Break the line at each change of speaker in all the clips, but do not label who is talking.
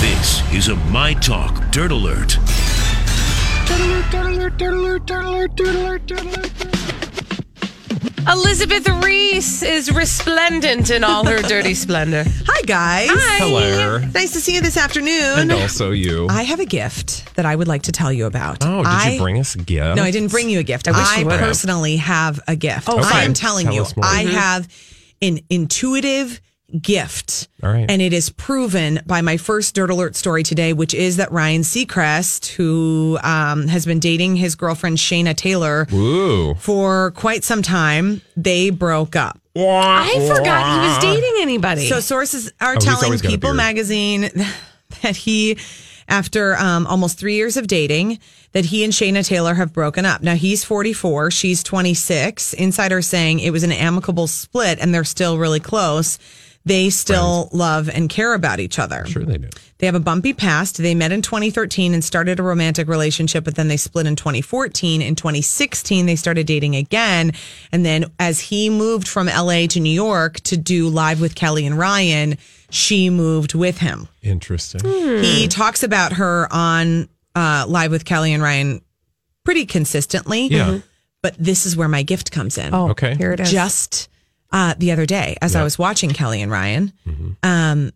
This is a My Talk Dirt Alert.
Elizabeth Reese is resplendent in all her dirty splendor.
Hi, guys.
Hi.
Hello.
Nice to see you this
And
afternoon.
also you.
I have a gift that I would like to tell you about.
oh, did
I,
you bring us a gift?
No, I didn't bring you a gift. I,
wish you would.
personally have a gift. Oh,
Okay.
I am telling
Tell
you,
us more. Mm-hmm.
I have an intuitive gift.
All right.
And it is proven by my first Dirt Alert story today, which is that Ryan Seacrest, who um, has been dating his girlfriend Shayna Taylor
Ooh.
for quite some time, they broke up.
I forgot he was dating anybody.
So sources are
Oh, he's
telling
always got a
People
beard.
magazine that he, after um, almost three years of dating, that he and Shayna Taylor have broken up. Now he's 44, she's 26. Insiders saying it was an amicable split, and they're still really close. They still love and care about each other.
Sure they do.
They have a bumpy past. They met in 2013 and started a romantic relationship, but then they split in 2014. In 2016, they started dating again. And then as he moved from LA to New York to do Live with Kelly and Ryan, she moved with him.
Interesting.
He talks about her on uh, Live with Kelly and Ryan pretty consistently.
Yeah. Mhm.
But this is where my gift comes in
oh,
Okay.
here it is.
just uh, the other day as I was watching Kelly and Ryan,
Mm-hmm.
um,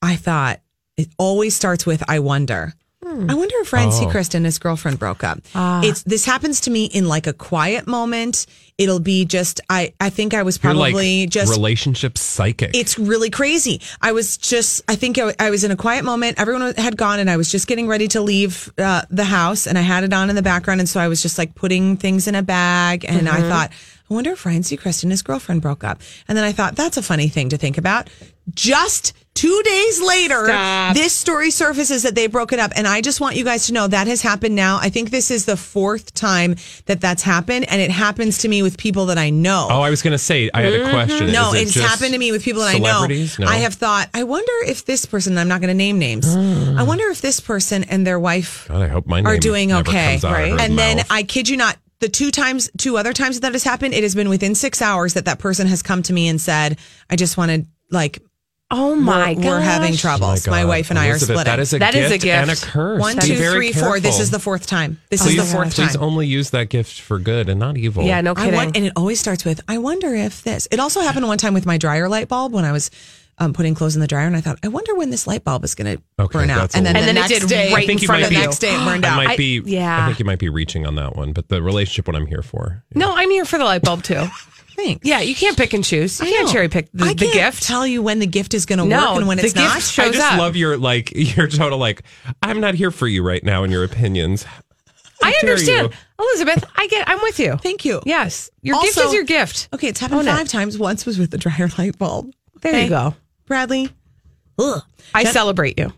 I thought it always starts with "I wonder."
Hmm.
I wonder if Ryan
Oh.
Seacrest and his girlfriend broke up.
Ah.
it's this happens to me in like a quiet moment. It'll be just I. I think I was
You're
probably
like
just
relationship psychic.
it's really crazy. I was just, I think I, I was in a quiet moment. Everyone had gone and I was just getting ready to leave uh, the house and I had it on in the background. And so I was just like putting things in a bag. And I thought, I wonder if Ryan Seacrest and his girlfriend broke up. And then I thought, that's a funny thing to think about. Just two days later,
Stop.
this story surfaces that they broke it up. And I just want you guys to know that has happened now. I think this is the fourth time that that's happened. And it happens to me with people that I know.
oh, I was going to say, I had a question.
Mm-hmm. No,
Is it
it's
just
happened to me with people that I know.
celebrities? No.
I have thought, I wonder if this person, I'm not going to name names, I wonder if this person and their wife
God, I hope my
are
name
doing
never
okay.
comes out of her
And then
mouth.
I kid you not, the two times, two other times that has happened, it has been within six hours that that person has come to me and said, I just wanted, like,
Oh my god.
we're having
Oh
troubles. My,
God.
wife and I are
Elizabeth,
splitting.
That is a,
That is
gift
a
and a
gift.
curse.
One,
Be
two, three,
very
four. This
careful.
is the fourth time. This
Please,
is the fourth
please
time.
only use that gift for good and not evil.
Yeah, no kidding.
I want, and it always starts with, I wonder if this. It also happened one time with my dryer light bulb when I was um, putting clothes in the dryer, and I thought, I wonder when this light bulb is going to
Okay,
burn out.
that's a
And then,
little-
the
And then it
next
did
day,
right in
you
front
the
might
of
be-
you.
next day, it burned
I
out.
might
I-
be.
yeah.
I think you might be reaching on that one, but the relationship one I'm here for.
No, I'm here for the light bulb too.
Thanks.
Yeah, you can't pick and choose. You
I
can't
know.
cherry pick the,
I
the
can't
gift.
Tell you when the gift is going to
No,
work and when
the
it's
gift
not.
shows
I just
up.
love your like your total like I'm not here for you right now and your opinions.
I
dare
understand, Elizabeth. I get. I'm with you.
Thank you.
Yes, your gift
Also-
is your gift.
Okay, it's happened
Own it.
five times. Once was with the dryer light bulb.
There
Okay.
you go.
Bradley. Ugh.
I celebrate you.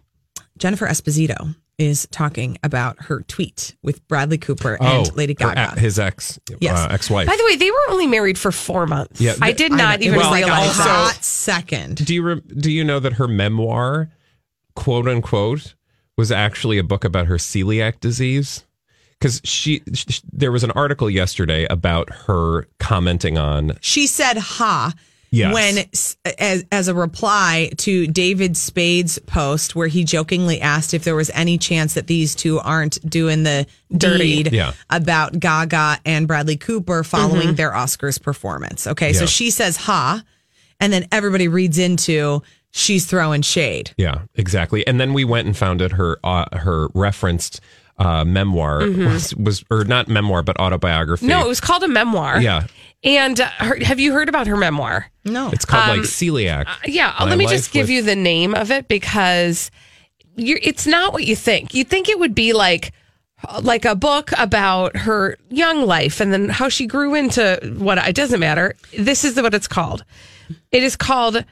Jennifer Esposito is talking about her tweet with Bradley Cooper and Lady
Oh, her-
Gaga.
his ex,
Yes.
uh, ex-wife.
By the way, they were only married for four months.
Yeah,
I
th-
did not
it
even
was like a
realize
also-
that.
hot second.
do you re- do you know that her memoir, quote unquote, was actually a book about her celiac disease? Because she, sh sh- there was an article yesterday about her commenting on
She said "ha"
Yes.
when s- as as a reply to David Spade's post where he jokingly asked if there was any chance that these two aren't doing the
Dirty.
deed
Yeah.
about Gaga and Bradley Cooper following their Oscars performance. Okay, so
Yeah.
she says "ha," and then everybody reads into she's throwing shade.
Yeah, exactly. And then we went and found out her uh, her referenced uh, memoir was, was or not memoir but autobiography.
Mm-hmm. No, it was called a memoir.
Yeah.
And uh, her, have you heard about her memoir?
No,
it's called
Um,
like celiac.
Yeah,
My
let me
life
just give
with-
you the name of it because you're, it's not what you think. You think it would be like like a book about her young life and then how she grew into what it doesn't matter. This is what it's called. It is called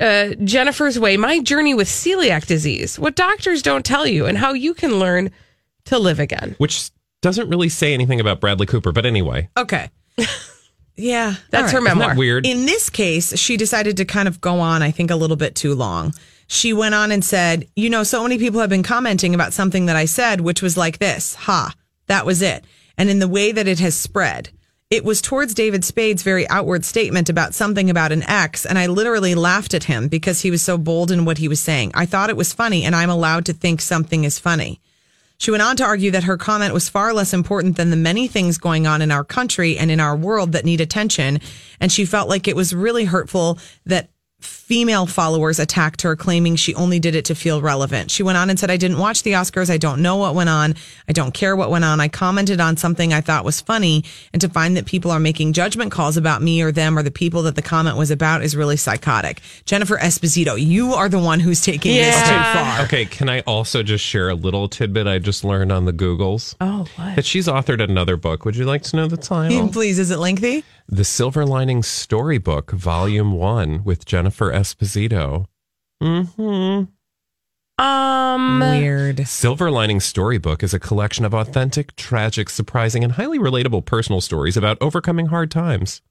uh, Jennifer's Way: My Journey with Celiac Disease. What doctors don't tell you, and how you can learn to live again.
which doesn't really say anything about Bradley Cooper. But anyway,
okay. Yeah,
That's her
all
memoir.
isn't that weird?
In this case, she decided to kind of go on, I think, a little bit too long. She went on and said, You know, so many people have been commenting about something that I said, which was like this ha, that was it. And in the way that it has spread, it was towards David Spade's very outward statement about something about an ex. And I literally laughed at him because he was so bold in what he was saying. I thought it was funny, and I'm allowed to think something is funny. She went on to argue that her comment was far less important than the many things going on in our country and in our world that need attention. And she felt like it was really hurtful that female followers attacked her, claiming she only did it to feel relevant. She went on and said, I didn't watch the Oscars. I don't know what went on. I don't care what went on. I commented on something I thought was funny. And to find that people are making judgment calls about me or them or the people that the comment was about is really psychotic. Jennifer Esposito, you are the one who's taking this too
Yeah.
far.
Okay, can I also just share a little tidbit I just learned on the Googles?
Oh, what?
That she's authored another book. Would you like to know the title?
Please, is it lengthy?
The Silver Lining Storybook, Volume 1 with Jennifer Esposito. Mhm.
Um,
Weird.
Silver Lining Storybook is a collection of authentic, tragic, surprising, and highly relatable personal stories about overcoming hard times.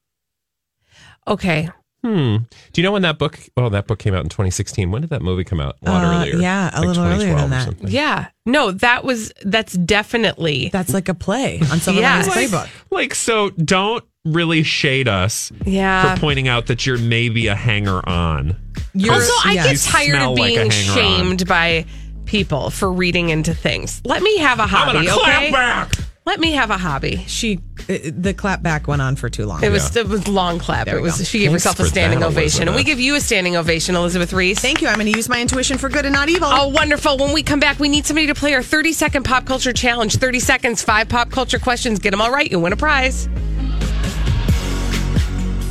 okay.
Hmm. Do you know when that book? Oh, that book came out in 2016. When did that movie come out? A lot
Uh,
earlier.
yeah, a little earlier than
2012 or
that.
something.
Yeah. No, that was, that's definitely.
That's like a play on someone
Yes.
else's playbook.
Like, so don't really shade us
yeah.
for pointing out that you're maybe a hanger on.
You're,
Also, I
yeah.
get
You
tired
smell
of
like a
being
hanger-on.
shamed by people for reading into things. Let me have a
I'm
hobby.
gonna clap
okay?
back.
Let me have a hobby.
she uh, the clap back went on for too long.
It was it was long clap. It was she gave
Thanks
herself a
for
standing
that,
ovation, and we
Elizabeth.
give you a standing ovation, Elizabeth Reese.
Thank you. I'm going to use my intuition for good and not evil.
Oh, wonderful. When we come back, we need somebody to play our 30 second pop culture challenge. 30 seconds, five pop culture questions. Get them all right. You win a prize.